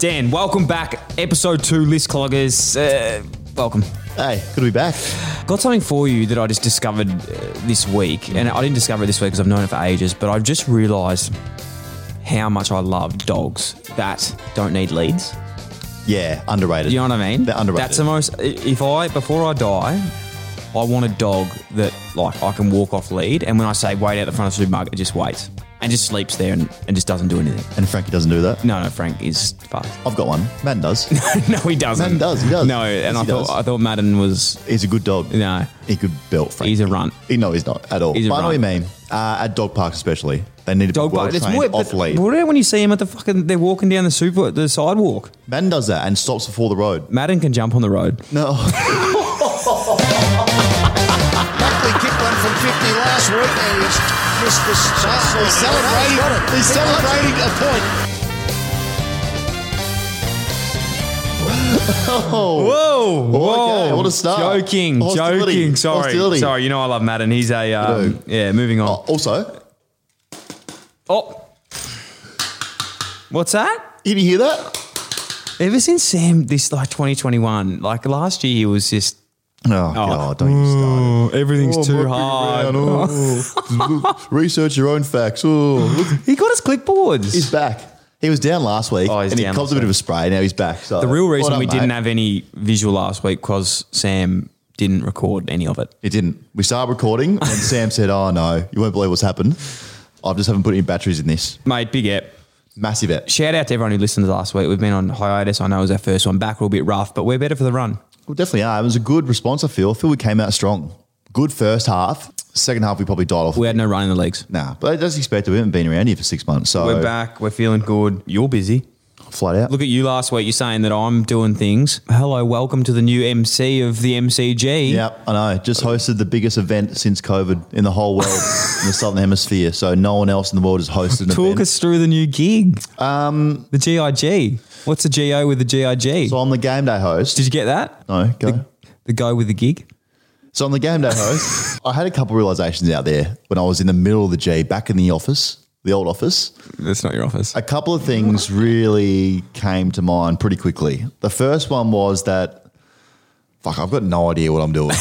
Dan, welcome back. Episode two, List Cloggers. Uh, welcome. Hey, good to be back. Got something for you that I just discovered uh, this week, and I didn't discover it this week because I've known it for ages, but I've just realised how much I love dogs that don't need leads. Yeah, underrated. Do you know what I mean? They're underrated. That's the most. i- If I before I die, I want a dog that like I can walk off lead, and when I say wait out the front of the supermarket, it just waits and just sleeps there and, and just doesn't do anything. and Frankie doesn't do that. No, no, Frank is fucked. I've got one. Madden does. no, he doesn't. Madden does, he does. No, and Yes, I he thought does. I thought Madden was He's a good dog. no. He could belt Frankie. He's a runt. He- no, he's not at all. He's a but I know what you runt. mean. Uh, at dog parks, especially, they need to Dog be well bite. It's trained weird. off But lead. what about when you see him at the fucking? They're walking down the super the sidewalk. Madden does that and stops before the road. Madden can jump on the road. No. Buckley kicked one from 50 last week and he's missed the start. He's celebrating, he's celebrating a point. Whoa! okay, what a start. Joking, Hostility, joking. Sorry, hostility. sorry. You know I love Madden. He's a um, yeah. Moving Oh, on. also, Oh, what's that? did you hear that? Ever since Sam, this like 2021, like last year, he was just Oh, God, don't you start. Oh, everything's too hard. Oh. Research your own facts. Oh, look, He got his clipboards. he's back. He was down last week, Oh, he's and he down copped a last bit of a spray. Now he's back. So the real reason well done, we mate. didn't have any visual last week because Sam didn't record any of it. It didn't. We started recording and Sam said, Oh no, you won't believe what's happened. I just haven't put any batteries in this. Mate, big ep. Massive app. Shout out to everyone who listened to last week. We've been on hiatus. I know it was our first one back. We're a bit rough, but we're better for the run. We definitely are. It was a good response, I feel. I feel we came out strong. Good first half. Second half, we probably died off. We had no run in the leagues. nah, but that's expected. We haven't been around here for six months. So We're back. We're feeling good. You're busy. flat out. Look at you last week. You're saying that I'm doing things. Hello, welcome to the new MC of the MCG. Yeah, I know. Just hosted the biggest event since COVID in the whole world, in the Southern Hemisphere. So no one else in the world has hosted an Talk event. us through the new gig. Um, the GIG. What's the GO with the GIG? so I'm the game day host. Did you get that? no, go. The go with the gig. So on the game day host, I had a couple realizations out there when I was in the middle of the G, back in the office, the old office. That's not your office. A couple of things really came to mind pretty quickly. The first one was that, fuck, I've got no idea what I'm doing.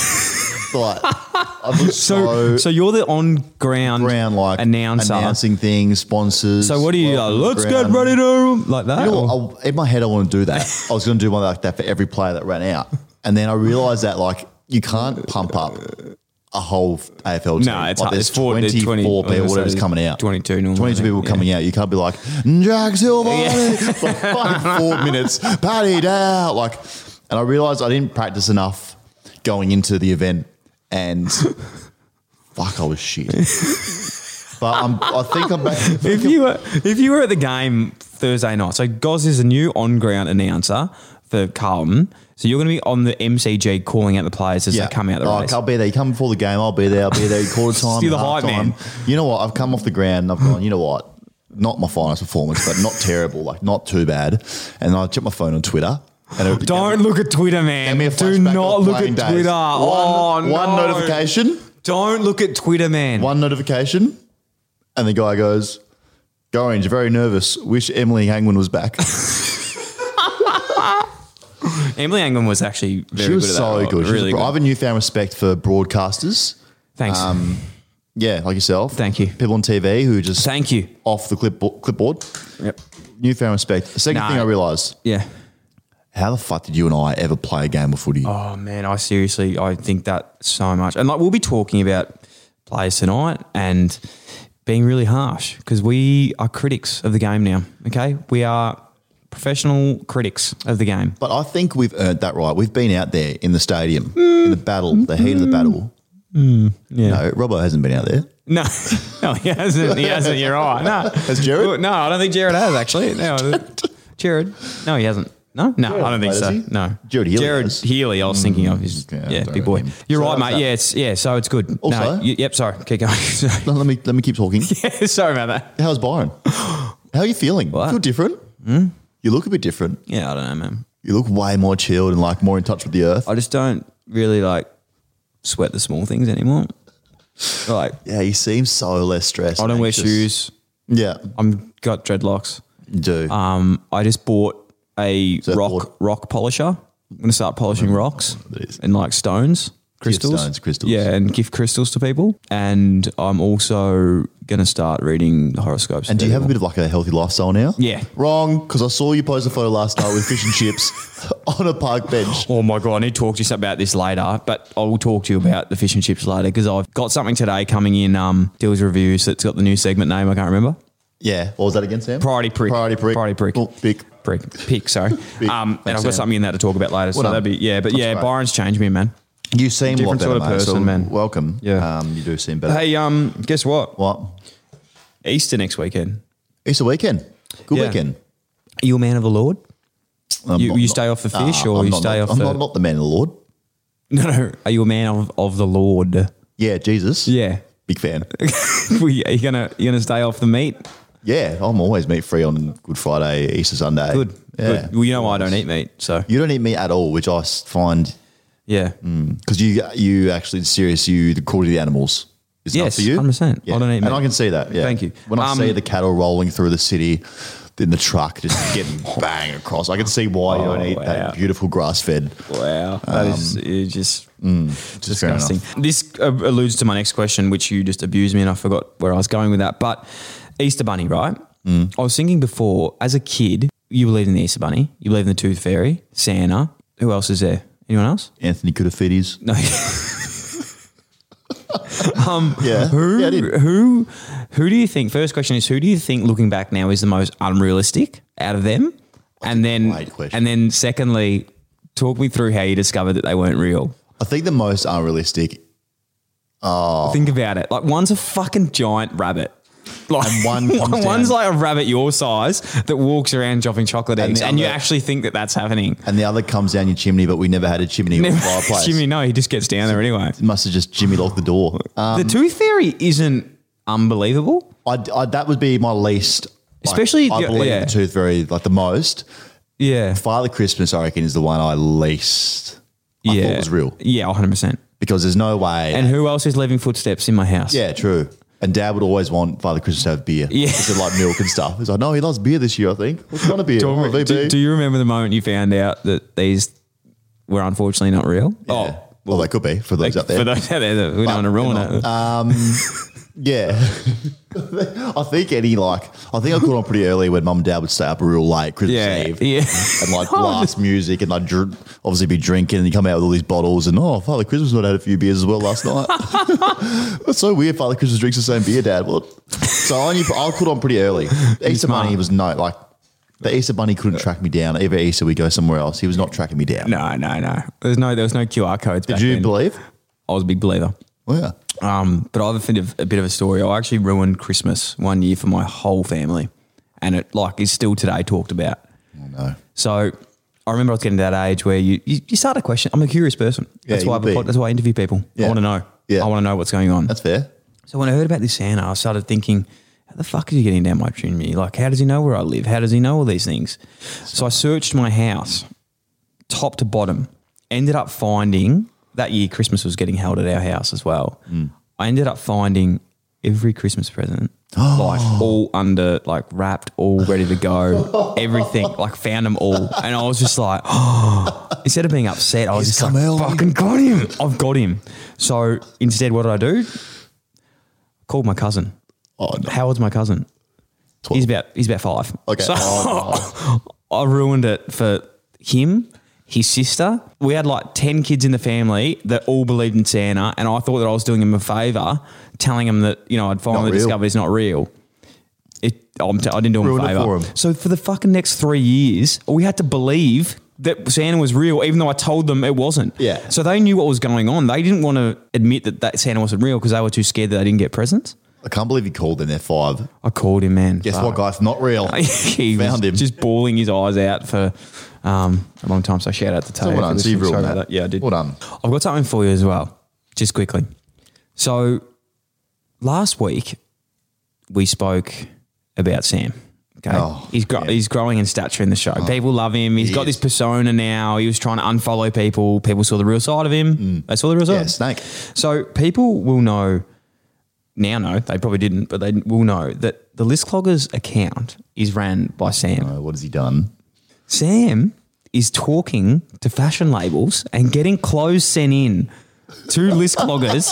like, I've looked So, so, so you're the on ground around like announcer. announcing things, sponsors. So what do you? Uh, welcome let's to get ground. ready to like that. You know or- what? I, in my head, I want to do that. I was going to do one like that for every player that ran out, and then I realized that like you can't pump up a whole AFL team. No, it's like, hard. there's It's four- there's 24 20 I was people, gonna whatever's say, coming out. 22 normally, 22 people yeah. coming out. You can't be like Jack Silvani for fucking four minutes, Paddy Dow. Like, and I realized I didn't practice enough going into the event, and fuck, I was shit. But I'm, I think I'm back. if you were if you were at the game Thursday night, so Goz is a new on ground announcer for Carlton. So you're going to be on the MCG calling out the players as they come out the Oh, race. I'll be there. You come before the game. I'll be there. I'll be there. Quarter time. You're the half hype man. time. You know what? I've come off the ground. and I've gone. You know what? Not my finest performance, but not terrible. Like not too bad. And I checked my phone on Twitter. And it, Don't look at Twitter, man. Gave me a Do flashback not of the look at playing days. Twitter. oh, One- one no. notification. Don't look at Twitter, man. One notification, and the guy goes, "Gorange, very nervous. Wish Emily Hangman was back. Emily Anglin was actually very she was good at so that. good. She was Really br- I good. have a newfound respect for broadcasters. Thanks. Um, Yeah, like yourself. Thank you. People on TV who just Thank you. off the clipboard. clipboard. Yep. Newfound respect. The second Nah. thing I realised, Yeah. how the fuck did you and I ever play a game of footy? Oh man, I seriously I think that so much. And like we'll be talking about players tonight and being really harsh because we are critics of the game now. Okay, we are professional critics of the game. But I think we've earned that right. We've been out there in the stadium, in the battle, the heat of the battle. Mm. Yeah. No, Robbo hasn't been out there. No, no, he hasn't. He hasn't. You're right. No, Has Jared? No, I don't think Jared has actually. No, I don't- Jared. No, he hasn't. No, no, I don't think has so. Oh, he? No, Jared Healy Jared has. Mm, Healy. I was thinking of his. okay, I yeah, don't big boy. know him. You're So right, that was mate. that. Yeah, it's yeah. So it's good. Also- no, y- yep. Sorry, keep going. Sorry. No, let me let me keep talking. sorry about that. How's Byron? How are you feeling? You feel different? Hmm? You look a bit different. Yeah, I don't know, man. You look way more chilled and like more in touch with the earth. I just don't really like sweat the small things anymore. Like Yeah, you seem so less stressed. I and don't wear anxious. shoes. Yeah, I'm got dreadlocks. you do. Um, I just bought a Surfboard. rock rock polisher. I'm going to start polishing Oh, rocks that is. and like stones, crystals, stones, crystals. Yeah, and gift crystals to people. And I'm also going to start reading horoscopes. And for do you have a people. bit of like a healthy lifestyle now? Yeah. Wrong, because I saw you post a photo last night with fish and chips on a park bench. Oh my god, I need to talk to you about this later, but I will talk to you about the fish and chips later because I've got something today coming in. Um, deals reviews. It's got the new segment name. I can't remember. Yeah. What was that against Sam? Priority prick. Priority prick. Priority prick. Oh, pick. Prick, pick, sorry. Pick. um, and Thanks, I've got Sam. something in that to talk about later. so Well that'd done. be yeah, but That's yeah, great. Byron's changed me, man. You seem Different a lot sort better, of mate, so person, man. Welcome. Yeah. Um, you do seem better. Hey, um, guess what? What? Easter next weekend. It's a weekend. Good Yeah. weekend. Are you a man of the Lord? I'm You- you stay off the fish or I'm you not- stay not- off I'm the- not, not the man of the Lord. No, no. Are you a man of, of the Lord? Yeah, Jesus. Yeah. Big fan. are you gonna you gonna stay off the meat? yeah, I'm always meat free on Good Friday, Easter Sunday. Good. Yeah. Good. Well, you know I don't eat meat, so You don't eat meat at all, which I s- find yeah. because you you actually serious you the cruelty to the animals is enough Yes, for you. 100%. I don't eat and meat. I can see that. Yeah, Thank you. When I Um, see the cattle rolling through the city in the truck, just getting bang across, I can see why you don't Oh, eat wow. that beautiful grass fed. Um, Wow, that is you just disgusting. enough. This uh, alludes to my next question, which you just abused me, and I forgot where I was going with that. But Easter Bunny, right? Mm. I was thinking before, as a kid, you believed in the Easter Bunny, you believed in the Tooth Fairy, Santa. Who else is there? Anyone else? Anthony Koutafidis. No. um, Yeah. Who, Yeah, I did. who, who do you think? First question is, who do you think, looking back now, is the most unrealistic out of them? And then, great question. and then, secondly, talk me through how you discovered that they weren't real. I think the most unrealistic Think about it. Like one's a fucking giant rabbit. Like one comes one's down. like a rabbit your size that walks around dropping chocolate And eggs, the and you other- actually think that that's happening. and the other comes down your chimney, but we never had a chimney or fireplace. Jimmy, no, he just gets down there anyway. Must have just Jimmy locked the door. Um, the tooth fairy isn't unbelievable. I, I, that would be my least. like, Especially I the- believe yeah. the tooth fairy like the most. Yeah. Father Christmas, I reckon, is the one I least. I yeah. thought was real Yeah, 100%. because there's no way. And who else is leaving footsteps in my house? Yeah, true. And Dad would always want Father Christmas to have beer. Yeah. He said like milk and stuff. He's like, no, he loves beer this year, I think. What kind of beer? Do, Oh, VB. do, do you remember the moment you found out that these were unfortunately not real? Yeah. Oh, well, they could be for those out there. for those out there, that we don't want to ruin it. yeah. I think any like, I think I caught on pretty early when Mum and Dad would stay up real late Christmas yeah. Eve. Yeah. And like blast music, and like dr- obviously be drinking, and you come out with all these bottles, and oh, Father Christmas would have had a few beers as well last night. That's so weird. Father Christmas drinks the same beer, Dad. What? So I knew I caught on pretty early. Easter Bunny was no like the Easter Bunny couldn't track me down. Every Easter we go somewhere else. He was not tracking me down. No, no, no. There's no, there was no QR codes. Did you believe? I was a big believer. Well, yeah. Um, but I have a bit of a bit of a story. I actually ruined Christmas one year for my whole family, and it like is still today talked about. Oh, no. So I remember I was getting to that age where you you, you start a question. I'm a curious person. Yeah, that's you why I would have a pod, be. that's why I interview people. Yeah. I want to know. Yeah. I want to know what's going on. That's fair. so when I heard about this Santa, I started thinking, how the fuck is he getting down my chimney? Like, how does he know where I live? How does he know all these things? So I searched my house, top to bottom. Ended up finding that year Christmas was getting held at our house as well. Mm. I ended up finding every Christmas present. like all under, like wrapped, all ready to go, everything. Like found them all, and I was just like, instead of being upset, I was He's just like, come early. fucking got him. I've got him. So instead, what did I do? Called my cousin. Oh no. How old's my cousin? Twelve. He's about he's about five. Okay. So Oh, I ruined it for him, his sister. We had like ten kids in the family that all believed in Santa, and I thought that I was doing him a favor, telling him that you know I'd finally real. discovered he's not real. It, I'm t- I didn't do him Ruined a it favor. for him. So for the fucking next three years, we had to believe that Santa was real, even though I told them it wasn't. Yeah. So they knew what was going on. They didn't want to admit that, that Santa wasn't real because they were too scared that they didn't get presents. I can't believe you called in there five. I called him, man. Guess Fuck. what, guys? Not real. he Found was him. just bawling his eyes out for um, a long time. So shout out to Tay. well for done. So you've listening. ruined Sorry that. about Yeah, I did. Well done. I've got something for you as well, just quickly. So last week we spoke about Sam. Okay, Oh, he's gro- yeah. Oh. he's growing in stature in the show. people love him. He's He got is. this persona now. He was trying to unfollow people. People saw the real side of him. Mm. They saw the real side. Yeah, snake. So people will know now. No, they probably didn't, but they will know that the list cloggers account is ran by Sam. Uh, what has he done? Sam is talking to fashion labels and getting clothes sent in to list cloggers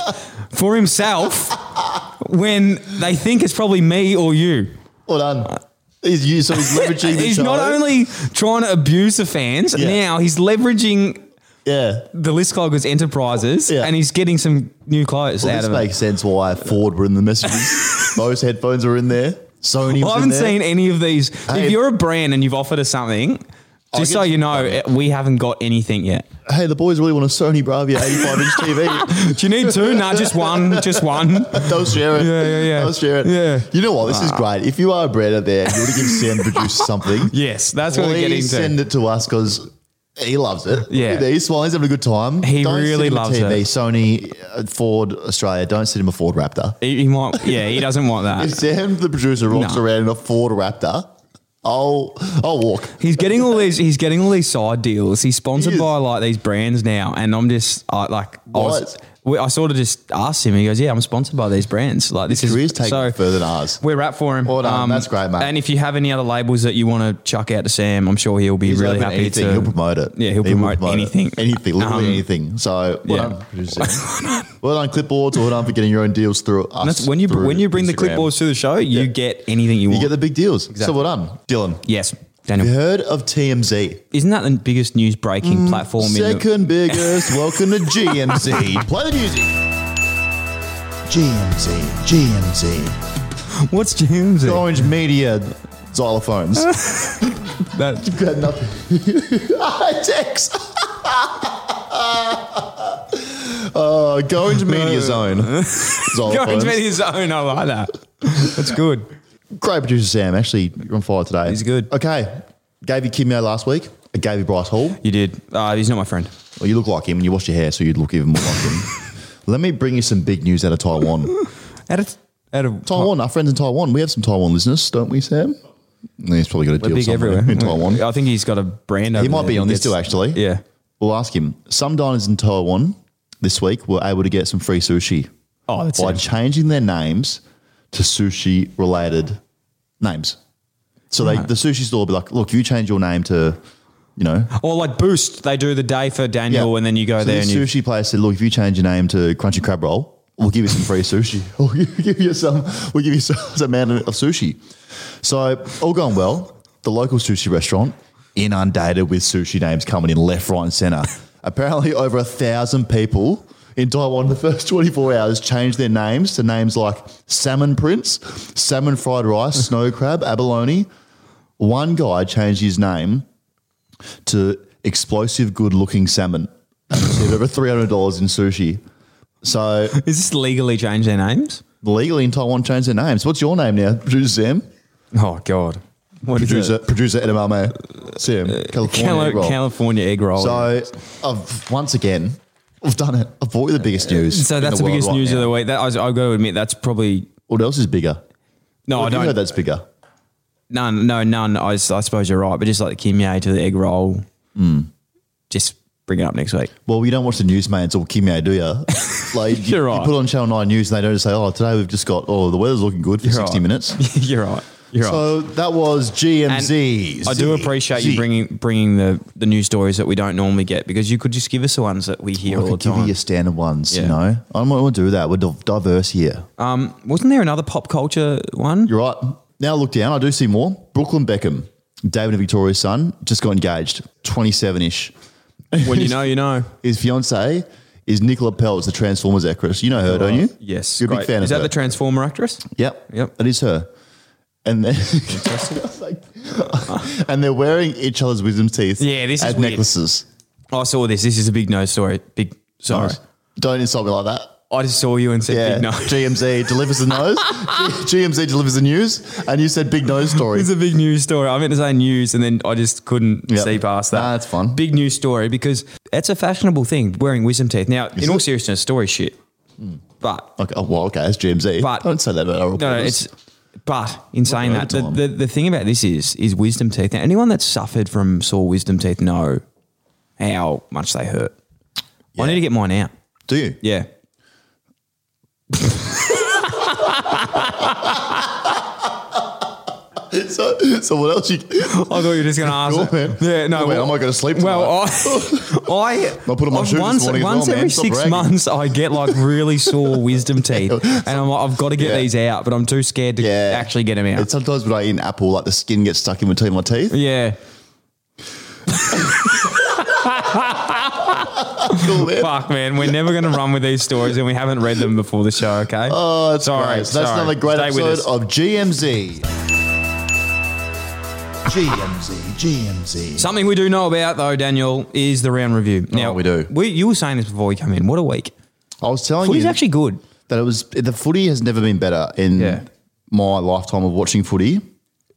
for himself when they think it's probably me or you. Well done. He's you, so he's leveraging. the He's not show. only trying to abuse the fans, Yeah. now he's leveraging yeah. the list cloggers enterprises Yeah. and he's getting some new clothes Well, out this of it. makes sense why Ford were in the messages. Those headphones are in there. Sony. Well, I was in haven't there. seen any of these. Hey, if you're a brand and you've offered us something, just get so you you know, it- we haven't got anything yet. Hey, the boys really want a Sony Bravia 85 inch TV. Do you need two? nah, just one. Just one. Don't share it. Yeah, yeah, yeah. Don't share it. Yeah. You know what? This is great. If you are a brand out there and you want to give Sam produce something, Yes, that's what we're getting please send to. it to us because he loves it. Yeah. He's smiling, he's having a good time. He Don't really sit him a loves TV, it. Sony, uh, Ford, Australia. Don't sit him a Ford Raptor. He, he might, yeah, he doesn't want If that. Sam, the producer, walks No. around in a Ford Raptor, I'll, I'll walk. He's getting all these. He's getting all these side deals. He's sponsored He is. by like these brands now, and I'm just I, like, I, was, What? we, I sort of just asked him. He goes, "Yeah, I'm sponsored by these brands. Like this His is career's taken so further than ours. We're wrapped for him. Um, Well done. That's great, mate. And if you have any other labels that you want to chuck out to Sam, I'm sure he'll be He's really open happy anything. to. He'll promote it. Yeah, he'll He will promote, it. anything. Anything, literally Um, anything. So well yeah. done, producer Sam. well done, clipboards. Well done for getting your own deals through us. and that's when you through when you bring the Instagram. clipboards to the show, you Yeah. get anything you you want. get the big deals. So well done, Dylan. yes, Daniel. You heard of TMZ? Isn't that the biggest news breaking platform? in the- Mm, Second biggest. Welcome to GMZ. Play the music. GMZ, GMZ, What's James? Orange Media xylophones. That, Got nothing. Ah, Dex. oh, go into media zone. Go into Xylophones. his own. I like that. That's good. Great producer Sam. Actually, you're on fire today. He's good. Okay, gave you Kimio last week. I gave you Bryce Hall. You did. Uh, he's not my friend. Well, you look like him, and you wash your hair, so you'd look even more like him. Let me bring you some big news out of Taiwan. Out of out of Taiwan, our friends in Taiwan. We have some Taiwan listeners, don't we, Sam? Yeah, He's probably got a deal big somewhere everywhere in Taiwan. I think he's got a brand. He might be on this too, actually. Yeah. We'll ask him. Some diners in Taiwan this week were able to get some free sushi Oh, that's by him. changing their names to sushi related names. So they, the sushi store will be like, look, you change your name to, you know, Or like Boost, they do the day for Daniel, and then you go So there and This you. sushi place said, look, if you change your name to Crunchy Crab Roll, we'll give you some free sushi. we'll give you some. We'll give you some, some amount of sushi. So all going well. The local sushi restaurant inundated with sushi names coming in left, right, and center. Apparently, over a thousand people in Taiwan in the first 24 hours changed their names to names like Salmon Prince, Salmon Fried Rice, Snow Crab, Abalone. One guy changed his name to explosive good looking salmon and received over three hundred dollars in sushi. So Is this legally change their names? legally in Taiwan change their names. What's your name now? Producer Sam? Oh God. What is Producer it? Uh, producer edamame Sam. California. Cali- egg roll. California egg roll. so I've once again I've done it. I've bought you the biggest news. So in that's the, world biggest right news now. of the week. That I was, I've got to admit, that's probably What else is bigger? no, I you know don't. that's bigger. None, no, none. I, s- I suppose you're right, but just like the kimye to the egg roll, Hmm. just bring it up next week. Well, you don't watch the news, mate. It's all Kimio, do you? Like you, You're you right. put on Channel Nine News and they don't say, "Oh, today we've just got oh the weather's looking good for You're sixty right. minutes." you're right. You're right. So that was And GMZ. I do appreciate you bringing bringing the, the news stories that we don't normally get because you could just give us the ones that we hear I all the could give you time. your standard ones, Yeah. you know. I don't want to do that. We're div- diverse here. um, wasn't there another pop culture one? You're right. Now look down. I do see more. Brooklyn Beckham, David and Victoria's son, just got engaged. 27 ish. when you know, you know. His fiance is Nicola Peltz, the Transformers actress. You know her, don't you? Yes, You're a big great. fan Is of that her. the Transformer actress? yep. Yep. That is her. And then, and they're wearing each other's wisdom teeth. Yeah, this is as weird. necklaces. I saw this. This is a big no story. Big sorry. Don't insult me like that. I just saw you and said Yeah, big no. GMZ delivers the nose. G- GMZ delivers the news, and you said big nose story. It's a big news story. I meant to say news, and then I just couldn't Yep. see past that. Nah, it's fine. Big news story because it's a fashionable thing wearing wisdom teeth. Now, in all seriousness, story shit. Hmm. But Okay, oh, well, okay, it's GMZ. But- Don't say that about our no, no, reporters. it's. But in saying that, the, overtime. the, the thing about this is is wisdom teeth. Now, anyone that's suffered from sore wisdom teeth know how much they hurt. I need to get mine out. Do you? Yeah. so, so what else? You, I thought you were just going to ask. Cool, it. man. Yeah, no. Cool, man. Am I gonna sleep Well, I, I, I put on my I've shoe this once, morning as once well, man. every Stop six bragging. months, I get like really sore wisdom teeth, and I'm like, I've got to get Yeah. these out, but I'm too scared to yeah, actually get them out. And sometimes when I eat an apple, like the skin gets stuck in between my teeth. yeah, Cool, man. fuck, man, we're never going to run with these stories, and we haven't read them before the show. Okay. Oh, that's Sorry, great. So that's sorry. another great Stay with episode us. of GMZ. GMZ, GMZ. Something we do know about though, Daniel, is the round review. Now Oh, we do. We, you were saying this before we came in. What a week! I was telling Footy's you actually good. that it was the footy has never been better in Yeah. my lifetime of watching footy.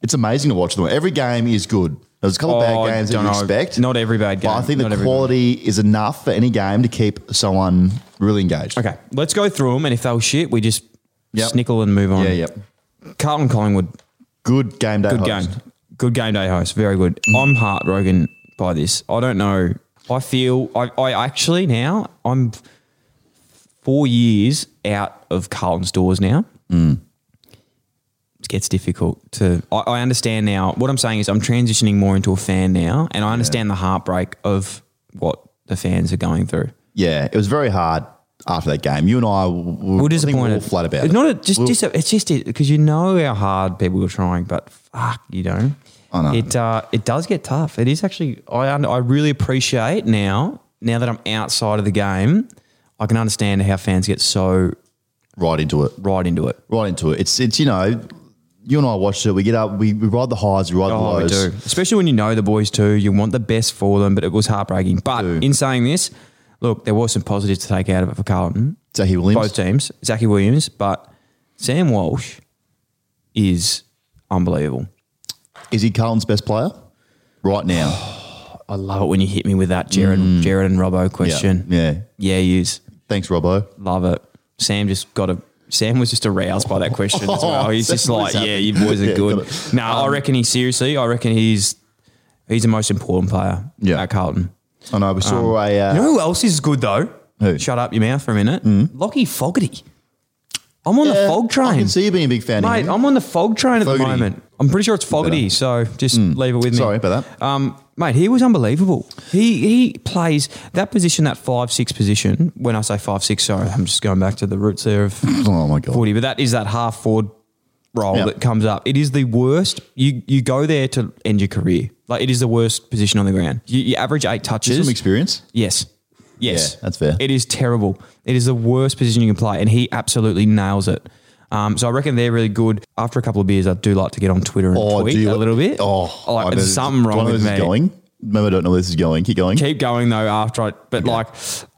It's amazing to watch them. Every game is good. There's a couple Oh, bad games that don't you know. expect. Not every bad But I game. think Not the every bad- quality is enough for any game to keep someone really engaged. Okay, let's go through them, and if they were shit, we just Yep. snickle and move on. Yeah, yep. Carlton Collingwood, Good game day. good host. game, good game day host, very good. I'm heartbroken by this. I don't know. I feel I, I actually now I'm four years out of Carlton's doors now. It gets difficult to. I, I understand now. What I'm saying is I'm transitioning more into a fan now, and I understand the heartbreak of what the fans are going through. Yeah, it was very hard after that game. You and I w- w- I think we We're disappointed. all flat about it's it. Not a, just, dis- it's just because you know how hard people are trying, but fuck, you don't. I know. It uh, it does get tough. It is actually. I un- I really appreciate now. Now that I'm outside of the game, I can understand how fans get so right into it. right into it. right into it. It's it's you know, you and I watched it. We get up, we, we ride the highs, we ride the Oh, we lows. do. Especially when you know the boys too. You want the best for them, but it was heartbreaking. But in saying this, look, there was some positives to take out of it for Carlton. Zachy Williams. both teams, Zachy Williams, but Sam Walsh is unbelievable. Is he Carlton's best player right now? I love it when you hit me with that Jared, Jared and Robbo question. Mm. Yeah. yeah, he is. Thanks, Robbo. Love it. Sam just got a. Sam was just aroused by that question as well. Oh, He's Sam just like, was happy. yeah, you boys are Yeah, good. got it. Um, No, I reckon he's seriously. I reckon he's he's the most important player Yeah. at Carlton. I know we saw a uh, Um, You know who else is good though? Who? Hmm? Shut up your mouth for a minute. Lockie Fogarty. I'm on the yeah, fog train. I can see you being a big fan. of Mate, him. I'm on the fog train at Fogarty. Hmm. the moment. I'm pretty sure it's Fogarty, so just leave it with me. Sorry about that. Um, mate, he was unbelievable. He he plays that position, that five six position. When I say five six, sorry, I'm just going back to the roots there of Oh my god. forty. But that is that half forward role Yeah. that comes up. It is the worst. You you go there to end your career. Like it is the worst position on the ground. You, you average eight touches. Some experience. Yes. Yes. Yeah, that's fair. It is terrible. It is the worst position you can play, and he absolutely nails it. Um, so I reckon they're really good. After a couple of beers, I do like to get on Twitter and Oh, tweet do you, a little bit. Oh, I like, know there's this- something do I know wrong with this me. Is going. Maybe I don't know where this is going. Keep going. Keep going though. After I, but like,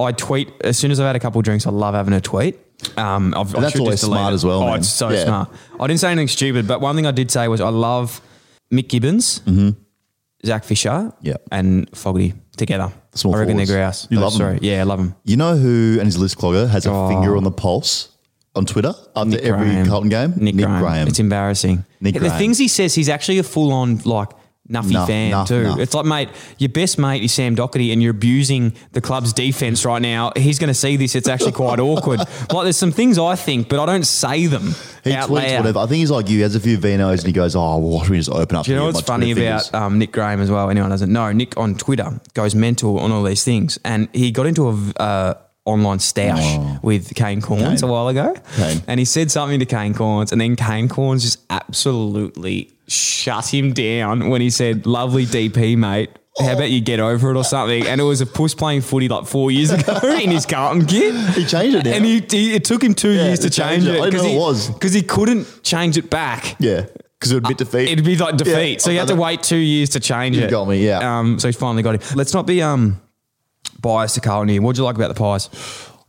I tweet as soon as I've had a couple of drinks. I love having a tweet. Um, I've, I that's should always just delete smart it. as well, Oh, man. it's so Yeah. smart. I didn't say anything stupid, but one thing I did say was I love Mick Gibbons, Zach Fisher, Mm-hmm. Yeah. and Fogarty together. Small I reckon forwards. they're grouse. You Oh, love 'em. sorry. Yeah, I love them. You know who and his list clogger has a finger on the pulse on Twitter after every Oh. Graham. Carlton game. Nick, Graham. It's embarrassing. Nick the Graham. things he says, he's actually a full on like Nuffy Nuff, fan nuff, too. nuff. It's like, mate, your best mate is Sam Doherty, and you're abusing the club's defense right now. He's going to see this. It's actually quite awkward. Like, there's some things I think, but I don't say them He out tweets loud. whatever. I think he's like you. He has a few vinos and he goes, "Oh, well, why don't we just open up?" Do you know what's funny about um, Nick Graham as well? Anyone doesn't know, Nick on Twitter goes mental on all these things, and he got into a v- uh, online stoush with Kane Corns Oh. Kane. a while ago, Kane. and he said something to Kane Corns, and then Kane Corns just absolutely shut him down when he said, "Lovely DP, mate." How about you get over it or something? And it was a puss playing footy like four years ago in his Carlton kit. He changed it now. And he, he, it took him two years to to change change it. I it didn't know he, it was. because he couldn't change it back. yeah, because it would admit defeat. It'd be like defeat. Yeah, so you I have to know. wait two years to change it. got me, yeah. Um, so he's finally got it. Let's not be um biased to Carlton here. What'd you like about the pies?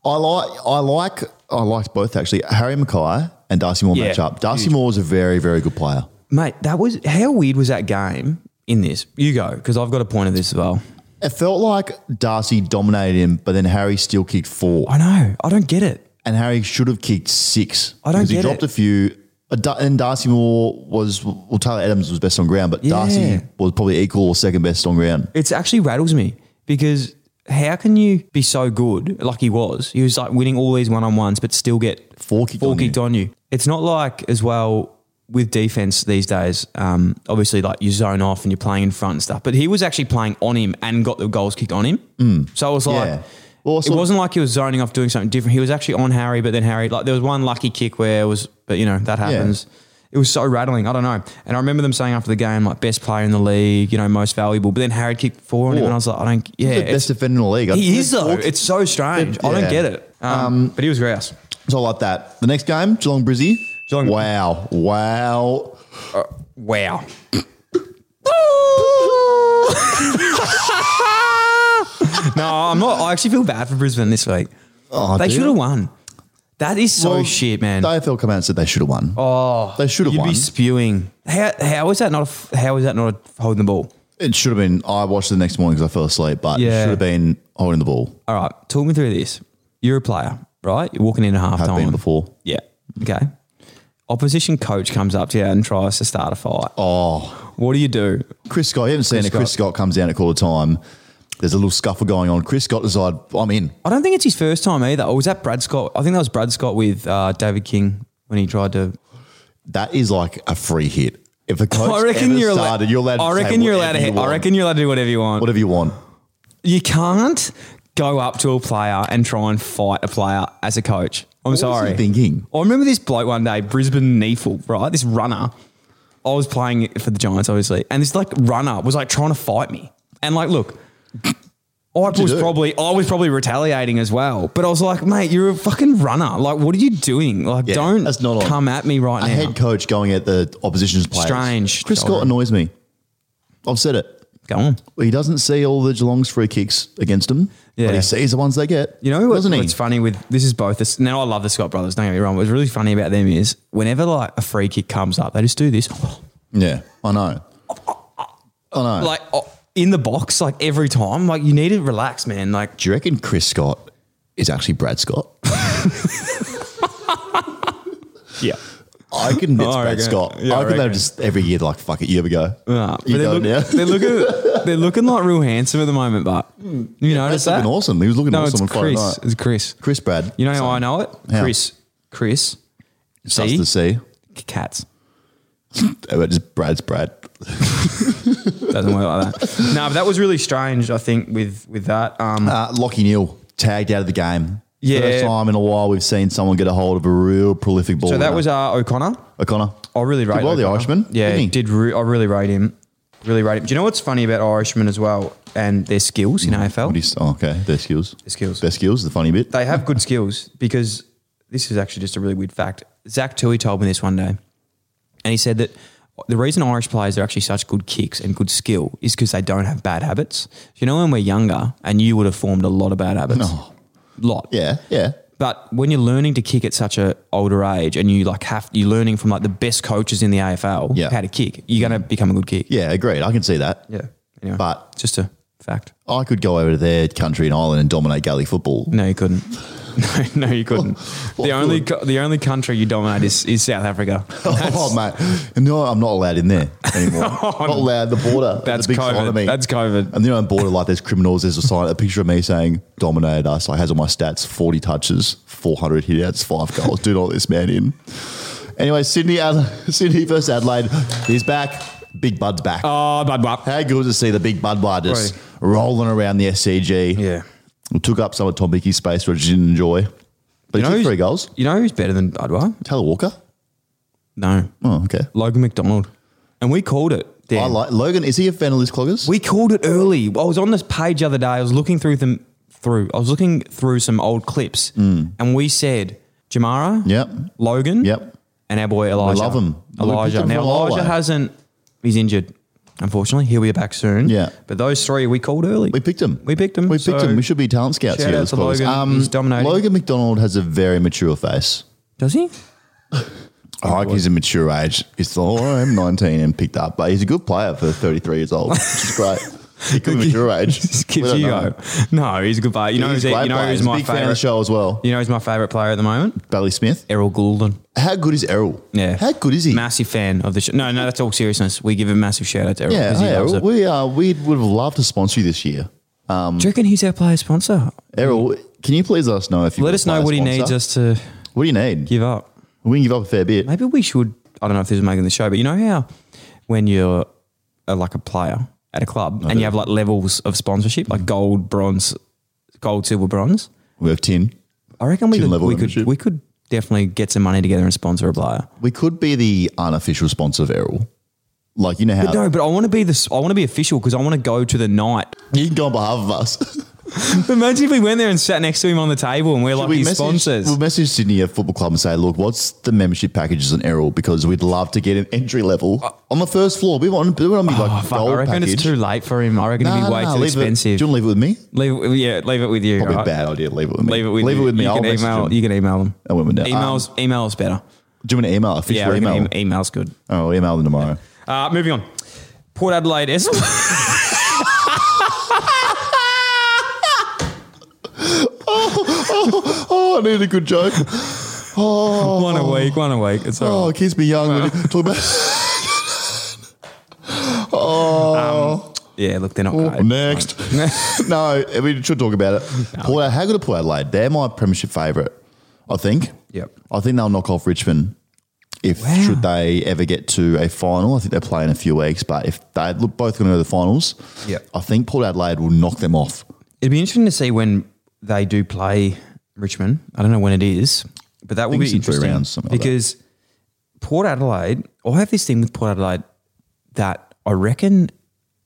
I like, I like, I liked both actually. Harry Mackay and Darcy Moore Yeah, match up. Darcy Moore is a very, very good player. Mate, that was how weird was that game in this? You go, because I've got a point of this as well. It felt like Darcy dominated him, but then Harry still kicked four, I know. I don't get it. and Harry should have kicked six. I don't because he get dropped it. a few. Uh, Da- And Darcy Moore was well. Tyler Adams was best on ground, but Yeah. Darcy was probably equal or second best on ground. It's actually rattles me because how can you be so good like he was? He was like winning all these one on ones, but still get Four kicked four on you. kicked on you. It's not like as well with defense these days, um, obviously like you zone off and you're playing in front and stuff. But he was actually playing on him and got the goals kicked on him. So it was like. Mm. Yeah. Well, I it saw- wasn't like he was zoning off doing something different. He was actually on Harry, but then Harry like there was one lucky kick where it was, but you know that happens. It was so rattling. I don't know. And I remember them saying after the game, like best player in the league, you know, most valuable. But then Harry kicked four on him, Four. and I was like, I don't. Yeah, the best it's- defender in the league. I- he is they've though. talked- It's so strange. I yeah. don't get it. Um, but he was grouse. So I like that. The next game, Geelong Brizzy. Geelong- Wow. Wow. Wow. no, I'm not. I actually feel bad for Brisbane this week. Oh, they dude. should have won. That is so Well, Oh, shit, man. The AFL come out and said they should have won. Oh, they should have You'd won. be spewing. How, how is that not? A, f- how is that not a holding the ball? it should have been. I watched it the next morning because I fell asleep, but it Yeah. should have been holding the ball. All right, talk me through this. You're a player, right? You're walking into half Have time been before. Yeah. Okay. Opposition coach comes up to you and tries to start a fight. Oh, What do you do? Chris Scott. You haven't seen Chris it. Chris Scott comes down at quarter time. There's a little scuffle going on. Chris Scott decided, I'm in. I don't think it's his first time either. Or was that Brad Scott? I think that was Brad Scott with uh, David King when he tried to. That is like a free hit. If a coach I reckon ever you're allowed. started, you're allowed. I to say reckon you're allowed to. whatever hit- you I want. reckon you're allowed to do whatever you want. whatever you want. You can't go up to a player and try and fight a player as a coach. I'm was he sorry. thinking? I remember this bloke one day, Brisbane Neefel, right? This runner. I was playing for the Giants, obviously, and this like runner was like trying to fight me, and like, look. I was do? probably I was probably retaliating as well, but I was like, "Mate, you're a fucking runner! Like, what are you doing? Like, Yeah, don't that's not on. come at me right A now." head coach going at the opposition's players. Strange, Chris Scott Jordan. annoys me. I've said it. Go on. He doesn't see all the Geelong's free kicks against him, Yeah. but he sees the ones they get. You know what, doesn't he? what's funny with this is both this now I love the Scott brothers, don't get me wrong. What's really funny about them is whenever like a free kick comes up, they just do this Yeah, I know. I know. like oh, in the box, like every time. Like you need to relax, man. Like Do you reckon Chris Scott is actually Brad Scott? yeah. I can it's I Brad reckon- Scott. yeah, I I reckon they're reckon. just every year they're like fuck it, you ever go. you they go look, now. they're looking they're looking like real handsome at the moment, but you notice Hmm. That's that? looking awesome. He was looking No, awesome on it's Friday Chris. night. It's Chris. Chris Brad. You know how I know it? How? Chris. Chris. Sus C. to see. Cats. Oh, but Just Brad's Brad. Doesn't work like that. no, but that was really strange, I think, with with that. Um Uh, Lockie Neal tagged out of the game. Yeah. First time in a while we've seen someone get a hold of a real prolific ball. so that winner. was Oh. uh, O'Connor. O'Connor. I really rate Did well, the O'Connor. Irishman, Yeah, didn't he? did re- I really rate him? Really rate him. Do you know what's funny about Irishmen as well and their skills in AFL? What do you- oh, okay, their skills. Their skills. Their skills. The funny bit. they have good skills because this is actually just a really weird fact. Zach Tui told me this one day, and he said that the reason Irish players are actually such good kicks and good skill is because they don't have bad habits. You know, when we're younger, and you would have formed a lot of bad habits. No. Lot. Yeah, yeah. But when you're learning to kick at such a older age, and you like have you're learning from like the best coaches in the AFL Yeah. how to kick, you're gonna become a good kick. Yeah, agreed. I can see that. Yeah. Anyway, But- just a fact. I could go over to their country and Ireland and dominate Gaelic football. No, you couldn't. No, no, you couldn't. Well, the only co- the only country you dominate is, is South Africa. Oh, mate. And no, I'm not allowed in there anymore. not allowed the border. That's the big COVID. sign of me. That's COVID. And then on border, like there's criminals. There's a sign, a picture of me saying dominated us. Like has all my stats: 40 touches, 400 hitouts, five goals. Do not let this man in. Anyway, Sydney, Ad- Sydney versus Adelaide. He's back. Big Bud's back. Oh, bad bad. How good to see the big Bud Bar just rolling around the SCG. Yeah. It took up some of Tom Hickey's space, which I didn't enjoy. But he took who's- three goals. You know who's better than Budwar? Taylor Walker. No, Oh, okay. Logan McDonald. And we called it. Dan. I like Logan. Is he a fan of Liz Cloggers? we called it early. I was on this page the other day. I was looking through them through. I was looking through some old clips, and we said Jamara. Yep. Logan. Mm. Yep. And our boy Elijah. love him. We picked Elijah. him Now from Holloway. Elijah hasn't. He's injured. Unfortunately, he'll be back soon. Yeah. But those three we called early. we picked him. We picked him. We picked So- him. We should be talent scouts Shout here. out Liz to Cloggers. Um, Logan. He's dominating. Logan McDonald has a very mature face. Does he? I like he's a mature age. He's the oh, I'm 19 and picked up, but he's a good player for 33 years old, which is great. He could be mature age. Just We gives don't you know. go. No, he's a good player. You know, He's who's, a great you know player. who's He's a my big fan of the favorite. show as well. You know who's my favorite player at the moment? Bailey Smith. Errol Goulden. How good is Errol? Yeah. How good is he? Massive fan of the show. No, no, that's all seriousness. We give a massive shout out to Errol. Yeah, 'cause he hey, loves Errol, it. we uh, we would have loved to sponsor you this year. Do you reckon he's our player sponsor? Errol, can you please let us know if you Let want us to know play what a he sponsor? needs us to What do you need? give up. We can give up a fair bit. Maybe we should I don't know if this is making the show, but you know how when you're uh like a player at a club and you have like levels of sponsorship, like gold, bronze, gold, silver, bronze. We have 10. I reckon we Tin could, level we could membership. we could definitely get some money together and sponsor a player. We could be the unofficial sponsor of Errol. Like, you know how. No, but I want to be this. I want to be official because I want to go to the night. You can go on behalf of us. Imagine if we went there and sat next to him on the table and we're like we his message, sponsors. We'll message Sydney a Football Club and say, look, what's the membership packages on Errol? Because we'd love to get an entry level on the first floor. We want we want to be like Uh, Oh, fuck, gold I reckon package. it's too late for him. I reckon Nah, it'd be nah, way nah, too leave it- expensive. Do you want to leave it with me? leave it, yeah, leave it with you. Probably a right? bad idea. Leave it with me. Leave it with leave you. it with me. You I'll can message email. him. Uh, um, You can email them. I went with that. Emails. emails better. Ah, Do you want an email? Yeah, Official I reckon email. em- emails good. Oh, we'll email them tomorrow. Uh, moving on. Port Adelaide. S- Oh, I need a good joke. one a week. One a week. It's all right. Oh, kiss me young. when you Talk about Yeah, look, they're not great. next. no, we should talk about it. Port, Ad- how good are Port Adelaide? They're my premiership favourite, I think. Yep. I think they'll knock off Richmond if Wow. should they ever get to a final. I think they play in a few weeks, but if they look both going to go to the finals, Yep. I think Port Adelaide will knock them off. It'd be interesting to see when they do play Richmond. I don't know when it is, but that will think be it's in three interesting rounds, something like that. because Port Adelaide. I have this thing with Port Adelaide that I reckon,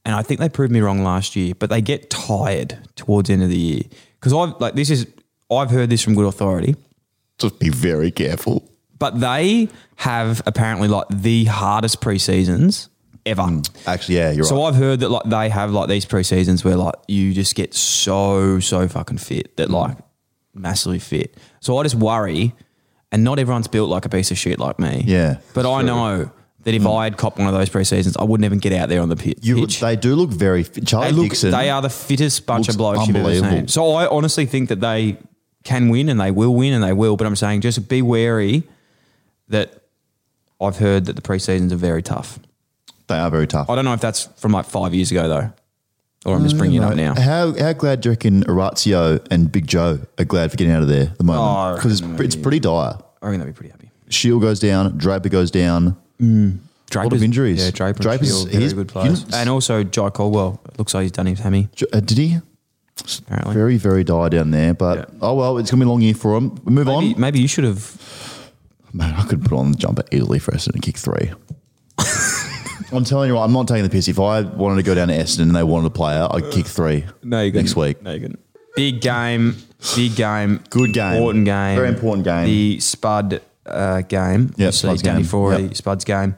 and I think they proved me wrong last year, but they get tired towards the end of the year because I've like this is I've heard this from good authority, Just be very careful. but they have apparently like the hardest pre seasons ever. Actually, yeah, you're So right. I've heard that like they have like these pre-seasons where like you just get so so fucking fit Hmm. that like massively fit. So I just worry, and not everyone's built like a piece of shit like me. Yeah, but I true. Hmm. know that if I had copped one of those pre-seasons, I wouldn't even get out there on the pit, You, pitch. They, they do look very fit. Charlie look, Dixon. they are the fittest bunch of looks blokes you've ever seen. unbelievable. So I honestly think that they can win and they will win and they will. But I'm saying just be wary that I've heard that the pre-seasons are very tough. they are very tough. I don't know if that's from like five years ago though, or Mm, I'm just bringing it up now. How how glad do you reckon Orazio and Big Joe are glad for getting out of there at the Oh, I moment? Because reckon it's, it's pretty dire. I reckon they'd be pretty happy. Shield goes down, Draper goes down. Draper's, injuries. Yeah, Draper. and Draper's- Shield, very he's- good players. you know- and also Jai Caldwell. Looks like he's done his hammy. J- Uh, did he? Apparently. Very very dire down there. But oh well, it's gonna be a long year for him. We move Maybe, on. maybe you should have. Man, I could put on the jumper easily for Essendon and kick three. I'm telling you, what, I'm not taking the piss. If I wanted to go down to Essendon and they wanted a player, I'd kick three. next week. No, you couldn't. Big game. Big game. Good game. Important game. Very important game. The Spud uh, game. Yeah, Obviously, Spud's Danny game. Forey, Yep. Spud's game.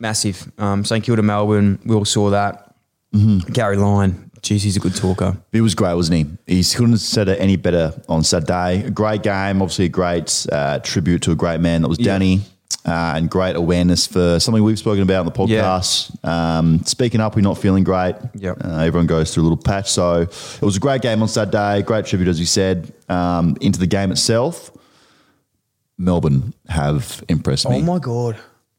Massive. Um, St Kilda, Melbourne. We all saw that. Mm-hmm. Gary Lyon. Jeez, he's a good talker. He was great, wasn't he? He couldn't have said it any better on Saturday. A great game, obviously a great uh, tribute to a great man that was Danny, uh, and great awareness for something we've spoken about on the podcast. Um, speaking up, we're not feeling great. Yep. Uh, everyone goes through a little patch. So it was a great game on Saturday, great tribute, as you said. Um, into the game itself, Melbourne have impressed me. Oh my god.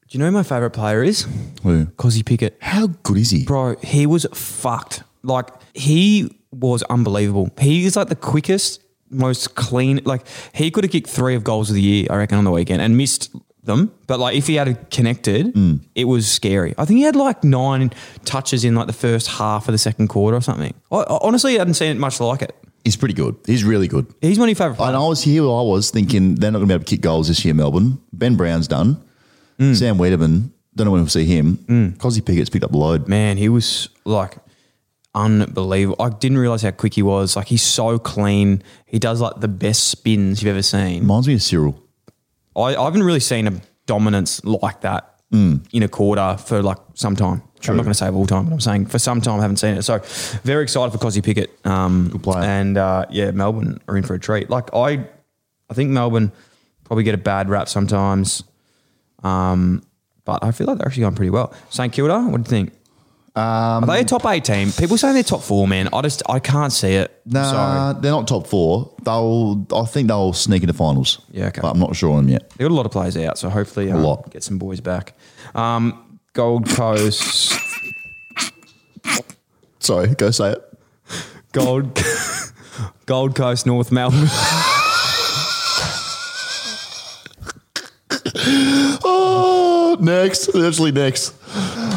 Do you know who my favourite player is? Who? Cosy Pickett. How good is he? bro, he was fucked. Like he was unbelievable. He is like the quickest, most clean. Like he could have kicked three of goals of the year, I reckon, on the weekend and missed them. But like if he had connected, it was scary. I think he had like nine touches in like the first half of the second quarter or something. I, I honestly hadn't seen it much like it. He's pretty good. He's really good. He's my new favorite. And I was here, I was thinking they're not going to be able to kick goals this year, Melbourne. Ben Brown's done. Mm. Sam Wiedemann, don't know when we'll see him. Mm. Cosy Pickett's picked up the load. Man, he was like unbelievable. I didn't realize how quick he was. Like he's so clean. He does like the best spins you've ever seen. Reminds me of Cyril. I, I haven't really seen a dominance like that in a quarter for like some time. I'm not going to say of all time, but I'm saying for some time I haven't seen it. So very excited for Cosy Pickett. Um, Good player. And uh, yeah, Melbourne are in for a treat. Like I, I think Melbourne probably get a bad rap sometimes, um, but I feel like they're actually going pretty well. St Kilda, what do you think? Um, are they a top eight team? People say they're top four, man. I just I can't see it. Nah, Sorry. they're not top four. They'll, I think they'll sneak into finals. Yeah, okay. But I'm not sure on them yet. They got a lot of players out, so hopefully um, lot. get some boys back. Um, Gold Coast, Sorry, go say it. Gold, Gold Coast, North Melbourne. Ah, next, literally next.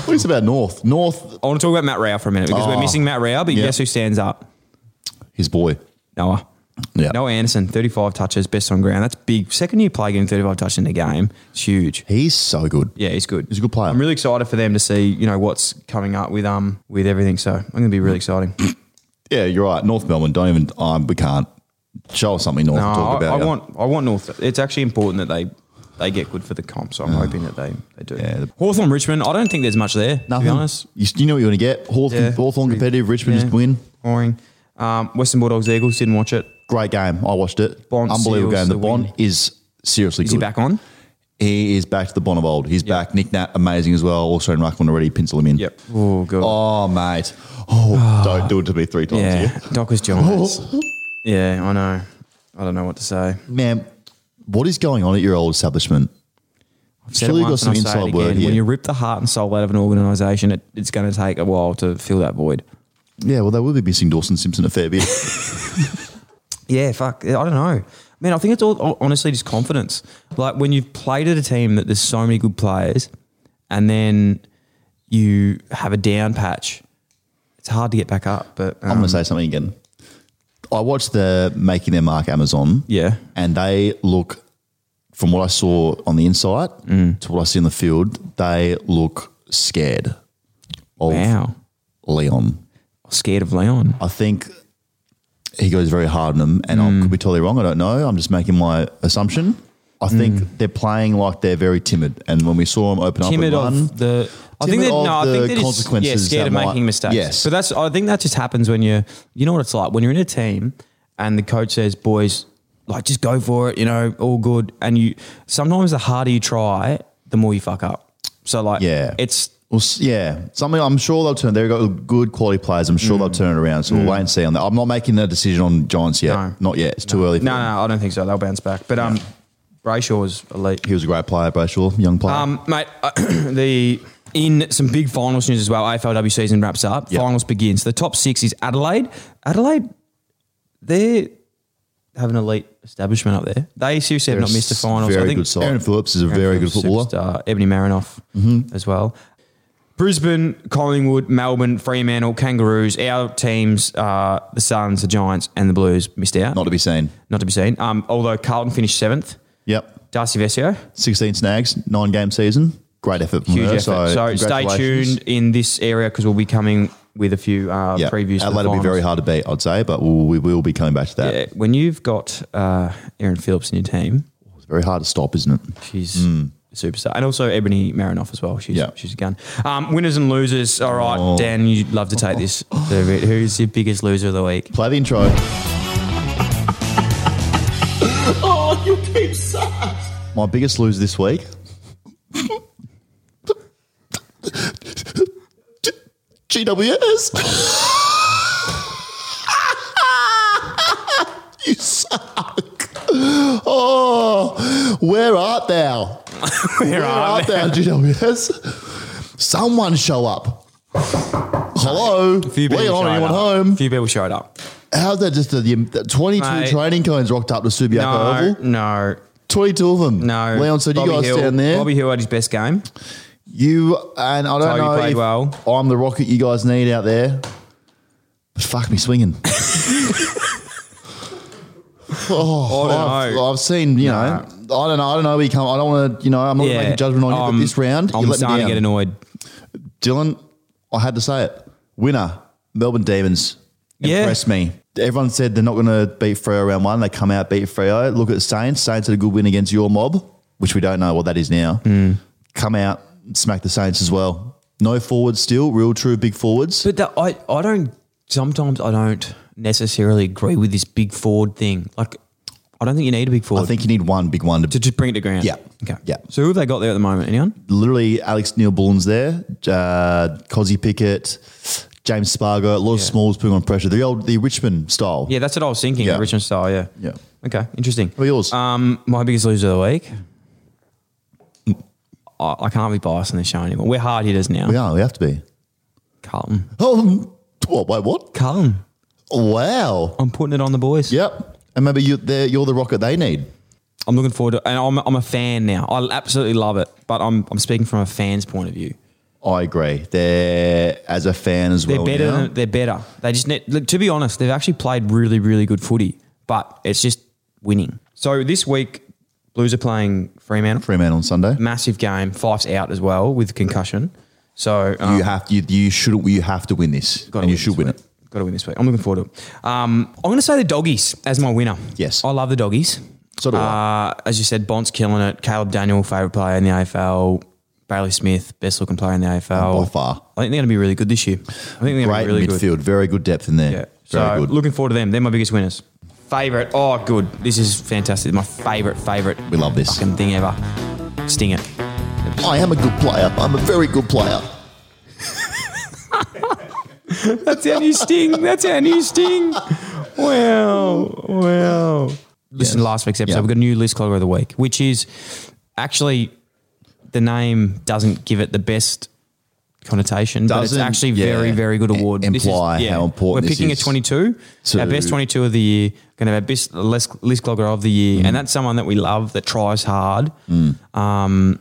What is about North? North, I want to talk about Matt Rao for a minute because Oh. we're missing Matt Rao, but Yeah. guess who stands up? his boy. Noah. Yeah. Noah Anderson, 35 touches, best on ground. That's big. Second year player getting 35 touches in a game. It's huge. He's so good. Yeah, he's good. He's a good player. I'm really excited for them to see, you know, what's coming up with um with everything. So I'm gonna be really exciting. Yeah, you're right. North Melbourne, don't even, um, we can't show us something North No, to I, talk about. I yeah. want I want North. It's actually important that they they get good for the comp. So I'm hoping that they they do. Yeah. Hawthorn Richmond. I don't think there's much there. nothing. To be honest, You, you know what you're going to get. Hawthorn, Yeah. Hawthorn competitive, Richmond just win. boring. Um, Western Bulldogs Eagles didn't watch it. Great game. I watched it. Bond Unbelievable seals game. The, the Bond win. is seriously Is good. he back on? He is back to the Bond of old. He's back. Nick Nat, amazing as well. Also in Ruckman already. Pencil him in. Yep. Oh god. Oh, mate. Oh, don't do it to me three times yeah. here. Dockers Giants. yeah, I know. I don't know what to say. Man, what is going on at your old establishment? I've said it Surely you've once got and some I'll say it inside word again. here. When you rip the heart and soul out of an organisation, it, it's going to take a while to fill that void. Yeah, well, they will be missing Dawson Simpson a fair bit. Yeah, fuck. I don't know. Man, I think it's all honestly just confidence. Like when you've played at a team that there's so many good players and then you have a down patch, it's hard to get back up. But I'm um, going to say something again. I watched the Making Their Mark Amazon. Yeah. And they look, from what I saw on the inside Mm. to what I see in the field, they look scared of wow, Leon. scared of Leon. I think he goes very hard on them, and I could Mm. be totally wrong. I don't know. I'm just making my assumption. I think Mm. they're playing like they're very timid, and when we saw them open timid up at one, of the. I think timid that of no, I the think that is- consequences Yeah, scared that of might- making mistakes. Yes. but that's. I think that just happens when you. You know what it's like when you're in a team, and the coach says, "Boys, like just go for it." You know, all good. And you sometimes the harder you try, the more you fuck up. So like, Yeah. it's Well, s- yeah, something I'm sure they'll turn. They've got good quality players. I'm sure they'll Mm. turn it around. So we'll wait and see on that. I'm not making a decision on Giants yet. No. Not yet. It's too early. For no, them. no. I don't think so. They'll bounce back. But um, Brayshaw's elite. He was a great player, Brayshaw, young player. Um, mate, the in some big finals news as well. AFLW season wraps up. Yep. Finals begins. The top six is Adelaide. Adelaide, they have an elite establishment up there. They seriously have not missed a finals. Very I think good side. Aaron Phillips is a very good footballer. Mm-hmm. Superstar, Ebony Marinoff as well. Brisbane, Collingwood, Melbourne, Fremantle, Kangaroos. Our teams are the Suns, the Giants, and the Blues missed out. Not to be seen. Not to be seen. Um, although Carlton finished seventh. Yep. Darcy Vesio, 16 snags, nine game season. Great effort from Huge her. effort. So, stay congratulations. tuned in this area because we'll be coming with a few uh, Yeah, previews. for the Adelaide will be finals. very hard to beat, I'd say, but we'll, we will be coming back to that. Yeah, when you've got uh, Aaron Phillips in your team, It's very hard to stop, isn't it? she's a superstar, and also Ebony Marinoff as well. She's Hmm. Yeah. Oh. she's a gun. Um, winners and losers. All right, Dan, you would love to take this. Who's your biggest loser of the week? Play the intro. Oh, you keep sucks. My biggest loser this week. GWS. you suck. Oh, where art thou? Where, art thou, GWS? Someone show up. Hello. Leon, showed anyone up. home? Few people showed up. How's that just the, the 22 Mate. training cones rocked up to Subiaco No, Oval? no, 22 of them. no. Leon said, Bobby you guys Hill, down there. Bobby Hill had his best game. You and I don't Toby know played if well. I'm the rocket you guys need out there. But fuck me swinging. oh, I don't I've, know. I've seen you know. I don't know. I don't know. where you come. I don't want to. You know. I'm not going to make a judgment on you. Um, but this round, I'm you let me starting down. to get annoyed. Dylan, I had to say it. Winner, Melbourne Demons. Yeah. Impressed me. Everyone said they're not going to beat Freo round one. They come out, beat Freo. Look at Saints. Saints had a good win against your mob, which we don't know what that is now. Mm. Come out, smack the Saints as well. No forwards still, real true big forwards. But that, I, I don't. Sometimes I don't necessarily agree with this big forward thing. Like, I don't think you need a big forward I think you need one big one to, to just bring it to ground. Yeah. Okay. Yeah. So who have they got there at the moment? Anyone? literally Alex Neil Bullen's there, uh, Cozzy Pickett, James Spargo, a lot of smalls putting on pressure. The old, the Richmond style. Yeah, that's what I was thinking. Yeah. Richmond style. Yeah. Yeah. Okay. Interesting. What are yours? Um, my biggest loser of the week. I, I can't be biased on this show anymore. We're hard hitters now. We are, we have to be. Carlton. Oh, what, wait, what? Carlton. Wow. I'm putting it on the boys. Yep. And maybe you, they're- you're the rocket they need. I'm looking forward to, and I'm, I'm a fan now. I absolutely love it, but I'm, I'm speaking from a fan's point of view. I agree. They're as a fan as They're well. better. now. Than, they're better. They just need, look, to be honest, they've actually played really, really good footy, but it's just winning. So this week, Blues are playing Fremantle. Fremantle on Sunday. Massive game. Fife's out as well with concussion. So um, you have you you should you have to win this, gotta and you this should win week. it. Got to win this week. I'm looking forward to it. Um, I'm going to say the doggies as my winner. Yes. I love the doggies. So do uh, As you said, Bont's killing it. Caleb Daniel, favourite player in the AFL. Bailey Smith, best looking player in the AFL. By far. I think they're going to be really good this year. I think they're going to be Great really good. midfield, very good depth in there. Yeah. Very So good. looking forward to them. They're my biggest winners. Favorite. Oh, good. This is fantastic. My favorite, favorite. We love this. fucking thing ever. Sting it. I am a good player. I'm a very good player. That's our new sting. That's our new sting. Wow. Wow. Listen to last week's episode. Yeah. We've got a new list clogger of the week, which is actually the name doesn't give it the best connotation, but it's Doesn't, actually yeah, very, very good award. im- This is- imply how important We're this picking is a 22, to- our best 22 of the year, going to have our best list, list clogger of the year. Mm. And that's someone that we love that tries hard. Um,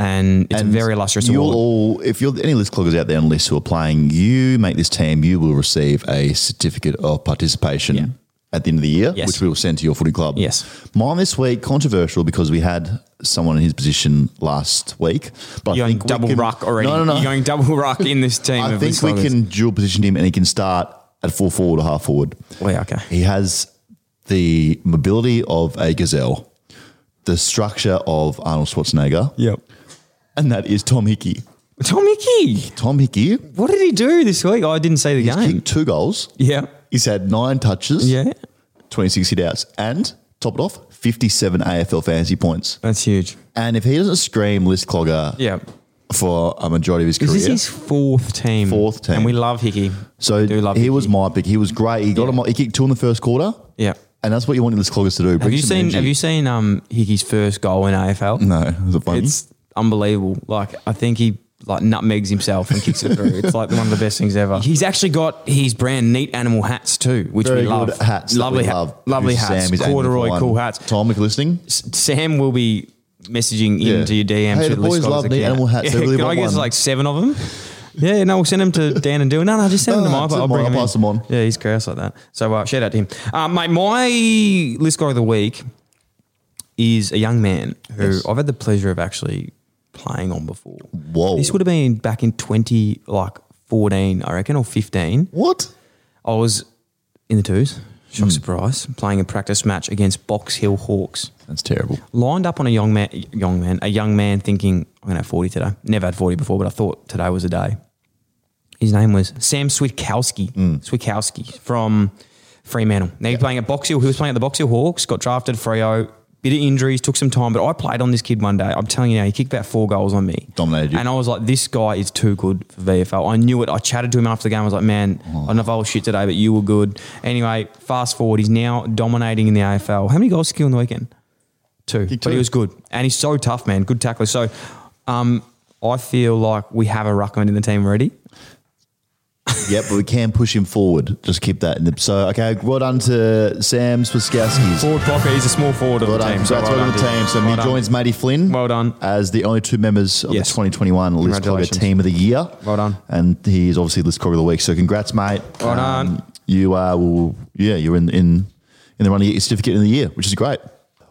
and it's And a very illustrious you'll award. All, if you're any list cloggers out there on lists who are playing, you make this team, you will receive a certificate of participation Yeah. at the end of the year, Yes. which we will send to your footy club. Yes. Mine this week, controversial because we had someone in his position last week. But You're I going think we double can- ruck already. No, no, no. You're going double ruck in this team. I of think list we cloggers. can dual position him and he can start at full forward or half forward. Well, yeah, okay. He has the mobility of a gazelle, the structure of Arnold Schwarzenegger, Yep. and that is Tom Hickey. Tom Hickey. Tom Hickey What did he do this week? Oh, I didn't see the game. kicked two goals. Yeah. He's had nine touches, Yeah. 26 hit outs, and top it off, 57 AFL fantasy points. That's huge. And if he doesn't scream list clogger Yeah. for a majority of his This career, is his fourth team. Fourth team. And we love Hickey. so Do love he Hickey. was my pick. He was great. He got Yeah. him. He kicked two in the first quarter. Yeah. And that's what you want list cloggers to do. Have you seen have you seen um Hickey's first goal in AFL? No, is it funny? It's unbelievable. Like I think he like nutmegs himself and kicks it through. It's like one of the best things ever. He's actually got his brand neat animal hats too, which Very we love. good hats. that lovely we hat- love. lovely Sam hats. is aiming Corduroy for cool one. hats. Tom, if you're listening, Sam will be messaging Yeah. into your DM. Hey, the boys love neat animal hats. They really can want I guess one. like seven of them? Yeah, no, we'll send them to Dan and do. No, no, just send No, them to no, my. it's I'll, mine. bring I'll them pass in. them on. Yeah, he's grouse like that. So uh, shout out to him, um, mate. My list guy of the week is a young man who Yes. I've had the pleasure of actually playing on before. Whoa. This would have been back in twenty like fourteen, I reckon, or fifteen. what? I was in the twos. Hmm. Shock surprise, playing a practice match against Box Hill Hawks That's terrible. lined up on a young man, young man, a young man thinking, I'm going to have 40 today. Never had 40 before, but I thought today was a day. His name was Sam Switkowski, Hmm. Switkowski from Fremantle. Now he's playing at Box Hill. He was playing at the Box Hill Hawks, got drafted Freo. Bit of injuries, took some time, but I played on this kid one day. I'm telling you now, he kicked about four goals on me. Dominated you. And I was like, this guy is too good for VFL. I knew it. I chatted to him after the game. I was like, man, Oh. I don't know if I was shit today, but you were good. Anyway, fast forward, he's now dominating in the AFL. How many goals did he kill in the weekend? Two. But two. he was good. And he's so tough, man. Good tackler. So um, I feel like we have a ruckman in the team already. yep, but we can push him forward. Just keep that in the. So, okay, well done to Sam Swiskowski's. Forward pocket, he's a small forward of Well the done. team. So that's well one of the done, team. dude. So Well he done. joins Matty Flynn. Well done. As the only two members of Yes. the 2021 List Clogger Congratulations. Team of the Year. Well done. And he is obviously List Clogger of the Week. So congrats, mate. Um, Well done. You are, well, yeah, you're in, in, in the run to get your certificate in the year, which is great.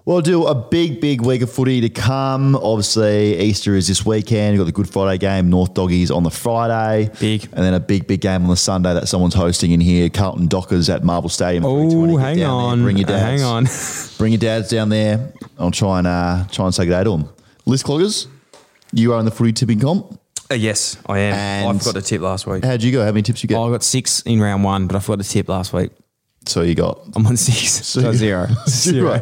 Well, do a big, big week of footy to come. Obviously, Easter is this weekend. You've got the Good Friday game, North Doggies on the Friday. Big. And then a big, big game on the Sunday that someone's hosting in here. Carlton Dockers at Marble Stadium. Oh, 320. Get hang down there. on. Uh, Bring your dads. Hang on. Bring your dads down there. I'll try and uh, try and say good day to them. Liz Cloggers, you are in the footy tipping comp. Uh, yes, I am. And- I forgot to tip last week. How'd you go? How many tips you get? I got six in round one, but I forgot to tip last week. So you got I'm on six. So zero. zero.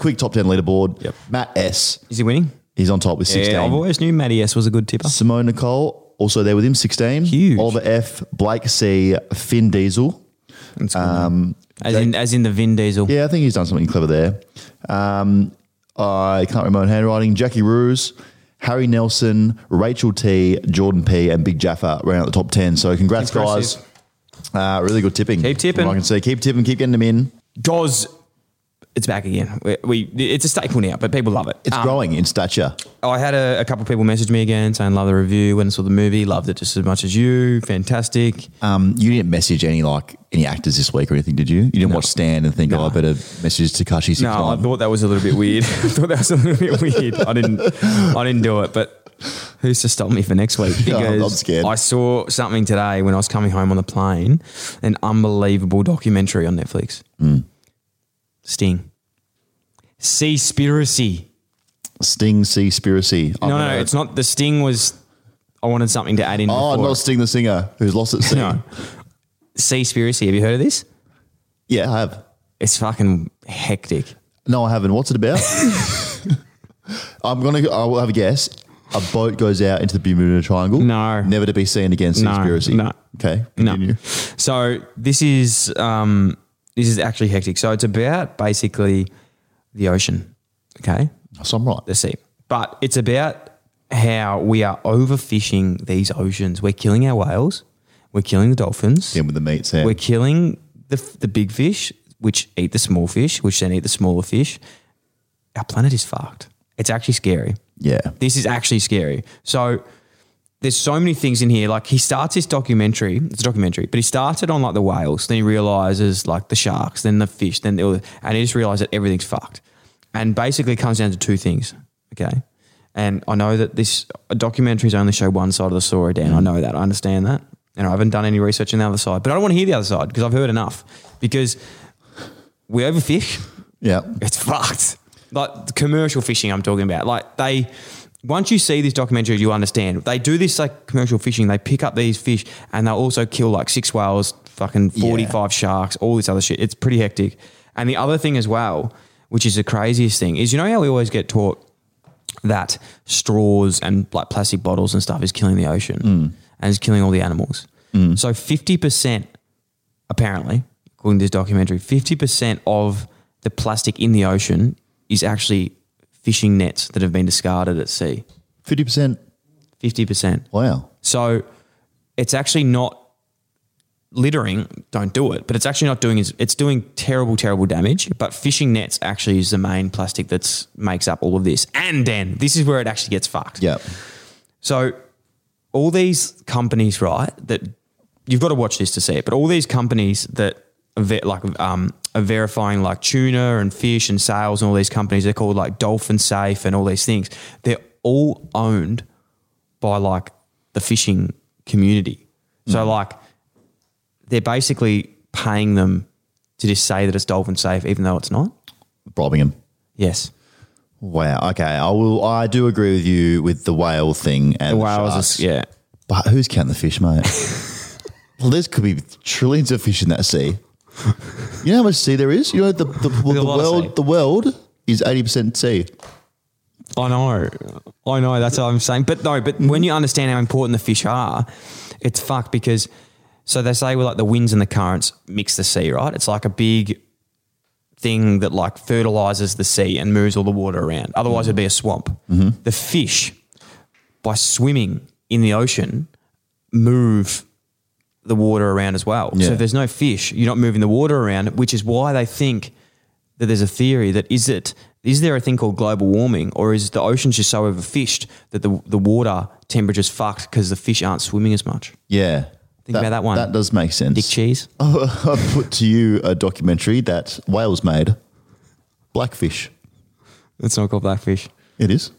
Quick top ten leaderboard. Yep. Matt S. Is he winning? He's on top with sixteen. Yeah, I've always knew Matty S was a good tipper. Simone Nicole also there with him, sixteen. Huge. Oliver F. Blake C. Finn Diesel. That's good, um, as in as in the Vin Diesel. Yeah, I think he's done something clever there. Um, I can't remember handwriting. Jackie Ruse, Harry Nelson, Rachel T, Jordan P, and Big Jaffa ran out the top 10. So congrats, Impressive. guys. Uh, really good tipping. Keep tipping. From what I can see. Keep tipping, keep getting them in. Goz it's back again. We, we it's a staple now, but people love it. It's Um, growing in stature. Oh, I had a, a couple of people message me again saying love the review, went and saw the movie, loved it just as much as you. Fantastic. Um, you didn't message any like any actors this week or anything, did you? You didn't watch Stan and think, oh, I better message Takashi six No, I thought that was a little bit weird. I thought that was a little bit weird. I didn't I didn't do it, but who's to stop me for next week? No, Oh, I'm scared. I saw something today when I was coming home on the plane, an unbelievable documentary on Netflix. Hmm. Sting. Seaspiracy. Sting Seaspiracy. I'm No, no, gonna- it's not the Sting was I wanted something to add in. Oh, before. not Sting the singer who's lost at sea. No. Seaspiracy. Have you heard of this? Yeah, I have. It's fucking hectic. No, I haven't. What's it about? I'm gonna. I will have a guess. A boat goes out into the Bermuda Triangle. No. never to be seen again. No, Seaspiracy. no. Okay. No. Continue. So this is um, this is actually hectic. So it's about basically the ocean, okay, So I'm right. the sea, but it's about how we are overfishing these oceans. We're killing our whales. We're killing the dolphins. In with the meat, Sam. We're killing the the big fish, which eat the small fish, which then eat the smaller fish. Our planet is fucked. It's actually scary. Yeah. This is actually scary. So there's so many things in here. Like he starts his documentary. It's a documentary, but he started on like the whales. Then he realizes like the sharks, then the fish, then the, and he just realized that everything's fucked. And basically, it comes down to two things. Okay. And I know that this documentaries only show one side of the story, Dan. I know that. I understand that. And I haven't done any research on the other side, but I don't want to hear the other side because I've heard enough. Because we overfish, Yeah. it's fucked. Like the commercial fishing, I'm talking about. Like they, once you see this documentary, you understand. They do this like commercial fishing. They pick up these fish and they'll also kill like six whales, fucking 45 sharks, all this other shit. It's pretty hectic. And the other thing as well, which is the craziest thing, is you know how we always get taught that straws and like plastic bottles and stuff is killing the ocean and is killing all the animals. So 50% apparently, according to this documentary, 50% of the plastic in the ocean is actually fishing nets that have been discarded at sea. Fifty percent. 50%. Wow. So it's actually not littering, don't do it, but it's actually not doing, it's doing terrible, terrible damage. But fishing nets actually is the main plastic that makes up all of this. And then this is where it actually gets fucked. Yeah. So all these companies, right, that you've got to watch this to see it, but all these companies that are ve- like um, are verifying like tuna and fish and sales and all these companies, they're called like Dolphin Safe and all these things. They're all owned by like the fishing community. So like they're basically paying them to just say that it's dolphin safe, even though it's not. Bribing him. Yes. Wow. Okay. I will. I do agree with you with the whale thing and the Whales is- sharks. yeah. But who's counting the fish, mate? well, there could be trillions of fish in that sea. You know how much sea there is? You know the the, the, a lot of sea. world the world is eighty percent sea. I know, I know. That's what I'm saying. But no, but when you understand how important the fish are, it's fucked because. So they say well, like the winds and the currents mix the sea, right? It's like a big thing that like fertilizes the sea and moves all the water around. Otherwise, it'd be a swamp. Mm-hmm. The fish, by swimming in the ocean, move the water around as well. So Yeah. if there's no fish, you're not moving the water around, which is why they think that there's a theory that is it is there a thing called global warming, or is the oceans just so overfished that the the water temperature's fucked because the fish aren't swimming as much? Yeah. Think about that one. That does make sense. Dick cheese. I put to you a documentary that whales made. Blackfish. It's not called blackfish. It is.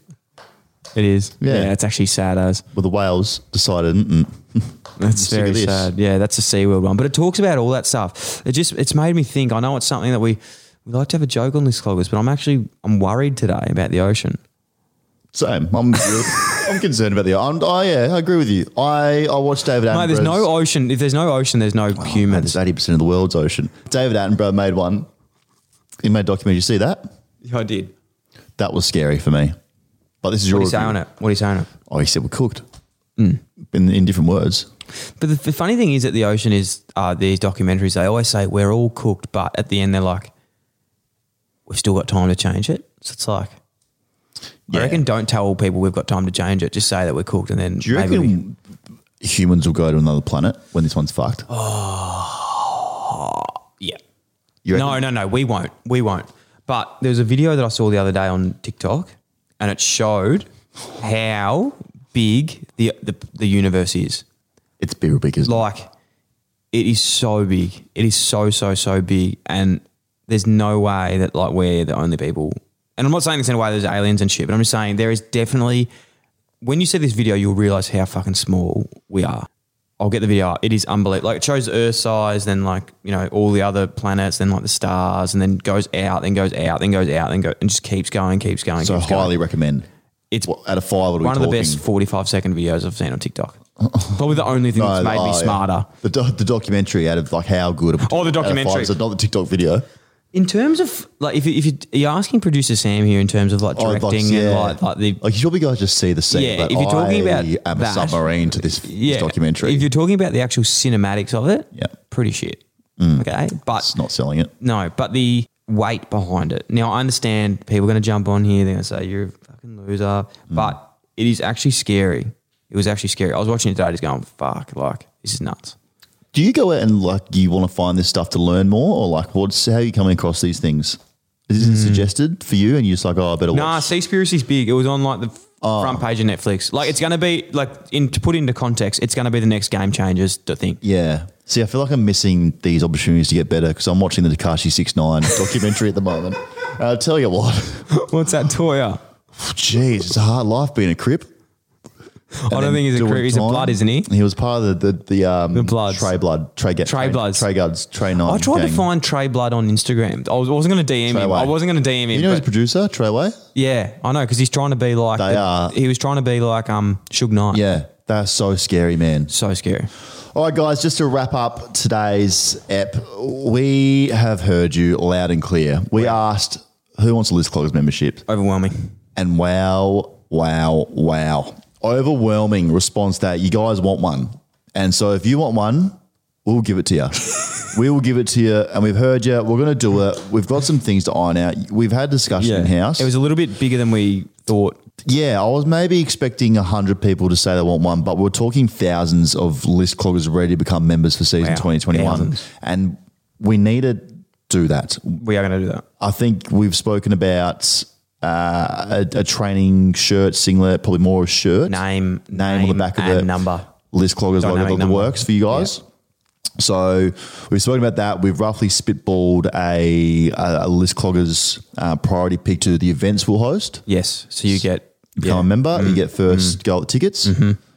It is. Yeah. it's actually sad as. Well, the whales decided. Mm-mm. That's sick of very this. sad. Yeah, that's a SeaWorld one. But it talks about all that stuff. It just it's made me think. I know it's something that we we like to have a joke on this cloggers, but I'm actually I'm worried today about the ocean. Same. I'm. I'm concerned about the. I'm, oh yeah, I agree with you. I I watched David Attenborough's. No, there's no ocean. If there's no ocean, there's no humans. It's eighty percent of the world's ocean. David Attenborough made one. He made a documentary. You see that? I did. That was scary for me. But this is your What do you say review. on it? What do you say on it? Hmm. Oh, he said we're cooked. In, in different words. But the, the funny thing is that the ocean is uh, these documentaries. They always say we're all cooked, but at the end they're like, we've still got time to change it. So it's like, Yeah. I reckon don't tell people we've got time to change it. Just say that we're cooked, and then Do you maybe we- Oh, reckon humans will go to another planet when this one's fucked? yeah. You reckon- No, no, no. We won't. We won't. But there was a video that I saw the other day on TikTok, and it showed how big the the, the universe is. It's bigger because Like, it is so big. It is so so so big, and there's no way that like we're the only people. And I'm not saying this in a way there's aliens and shit, but I'm just saying there is definitely. When you see this video, you'll realize how fucking small we are. I'll get the video. up. It is unbelievable. Like it shows Earth size, then like you know all the other planets, then like the stars, and then goes out, then goes out, then goes out, then go, and just keeps going, keeps going. so keeps highly going. recommend. It's What, out of five, what are we one of the talking? best 45 second videos I've seen on TikTok. Probably the only thing that's No, made oh, me yeah. smarter. The, do- the documentary out of like how good. A, Oh, the documentary. So not the TikTok video. In terms of like, if, you- if you, you're asking producer Sam here in terms of like Oh, directing and like, like the you probably guys just see the scene. Yeah, but if you're talking I about am that- a submarine to this, this yeah documentary. If you're talking about the actual cinematics of it, Yeah. Mm. pretty shit. Okay, but it's not selling it. No, but the weight behind it. Now I understand people are going to jump on here. They're going to say you're a fucking loser, Mm. but it is actually scary. It was actually scary. I was watching it today, just going, "Fuck!" Like this is nuts. Do you go out and like you want to find this stuff to learn more, or like what's how are you coming across these things? Is this suggested for you, and you're just like, oh, I better Nah, watch. Seaspiracy's big. It was on like the f- Oh. front page of Netflix. Like it's going to be like in to put into context, it's going to be the next game changers to think. Yeah. See, I feel like I'm missing these opportunities to get better because I'm watching the Takashi Six Nine documentary at the moment. And I'll tell you what, What's that Toya? jeez, it's a hard life being a crip. Oh, I don't And think he's a doing crew. He's a time. blood, isn't he? He was part of the the, the, um, the Bloods. Trey Blood, Trey, Ga- Trey Bloods. Trey Guards, Trey Nine. I tried to gang. find Trey Blood on Instagram. I was, I wasn't going to DM him. Treyway. I wasn't going to DM him. You know his but- producer, Treyway? Yeah, I know because he's trying to be like They the- are- He was trying to be like um Suge Knight. Yeah, that's so scary, man. so scary. All right, guys, just to wrap up today's ep, we have heard you loud and clear. We asked who wants a Liz Cloggers membership, Overwhelming. and wow, wow, wow. Overwhelming response that you guys want one. And so if you want one, we'll give it to you. we will give it to you, and we've heard you. We're going to do it. We've got some things to iron out. We've had discussion in house. It was a little bit bigger than we thought. Yeah, I was maybe expecting 100 people to say they want one, but we're talking thousands of list cloggers ready to become members for season Wow, 2021. thousands. And we need to do that. We are going to do that. I think we've spoken about uh, a, a training shirt, singlet, probably more a shirt. Name, Name, on the back of and it. number. List cloggers Dynamic logo that number. works for you guys. So we've spoken about that. We've roughly spitballed a, a, a list cloggers uh, priority pick to the events we'll host Yes. So you get become a member, Mm. you get first go at tickets.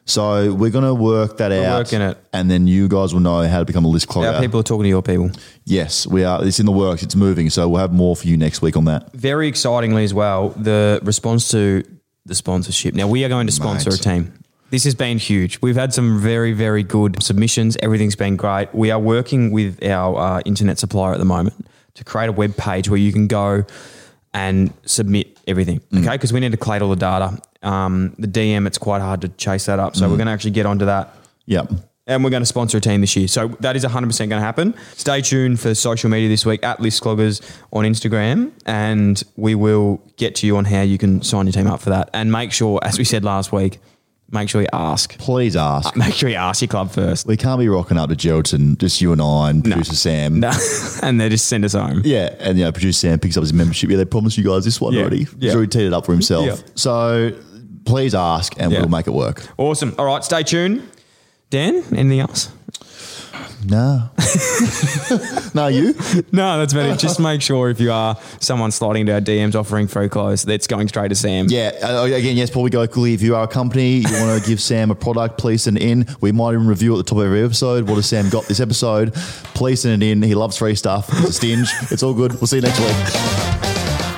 So we're gonna work that out, Mm-hmm. working it. and then you guys will know how to become a list Our clogger. people are talking to your people. yes, we are. It's in the works. It's moving. So we'll have more for you next week on that. Very excitingly as well, the response to the sponsorship. Now we are going to sponsor Mate. a team. This has been huge. We've had some very, very good submissions. Everything's been great. We are working with our uh, internet supplier at the moment to create a web page where you can go and submit everything. Okay, because we need to collate all the data. Um, the DM, it's quite hard to chase that up. So we're going to actually get onto that Yep. and we're going to sponsor a team this year. So that is 100% going to happen. Stay tuned for social media this week at List Cloggers on Instagram, and we will get to you on how you can sign your team up for that. And make sure, as we said last week, make sure you ask. Please ask. Make sure you ask your club first. We can't be rocking up to Geraldton, just you and I and producer Sam. and they just send us home. Yeah, and you know, producer Sam picks up his membership. Yeah, they promised you guys this one Yeah, already. yeah. He's already teed it up for himself. Yeah. So please ask, and Yeah. we'll make it work. Awesome. All right, stay tuned. Dan, anything else? No, no, you. No, that's about it. Just make sure if you are someone sliding into our DMs offering free clothes, that's going straight to Sam. Yeah, uh, again, yes, Paul, we go quickly. If you are a company, you want to give Sam a product, please send it in. We might even review at the top of every episode. What has Sam got this episode? Please send it in. He loves free stuff. It's a stinge. It's all good. We'll see you next week.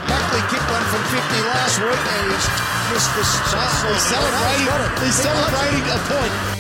Buckley kicked one from 50 last week and he's missed the shot. He's celebrating, he's celebrating a point.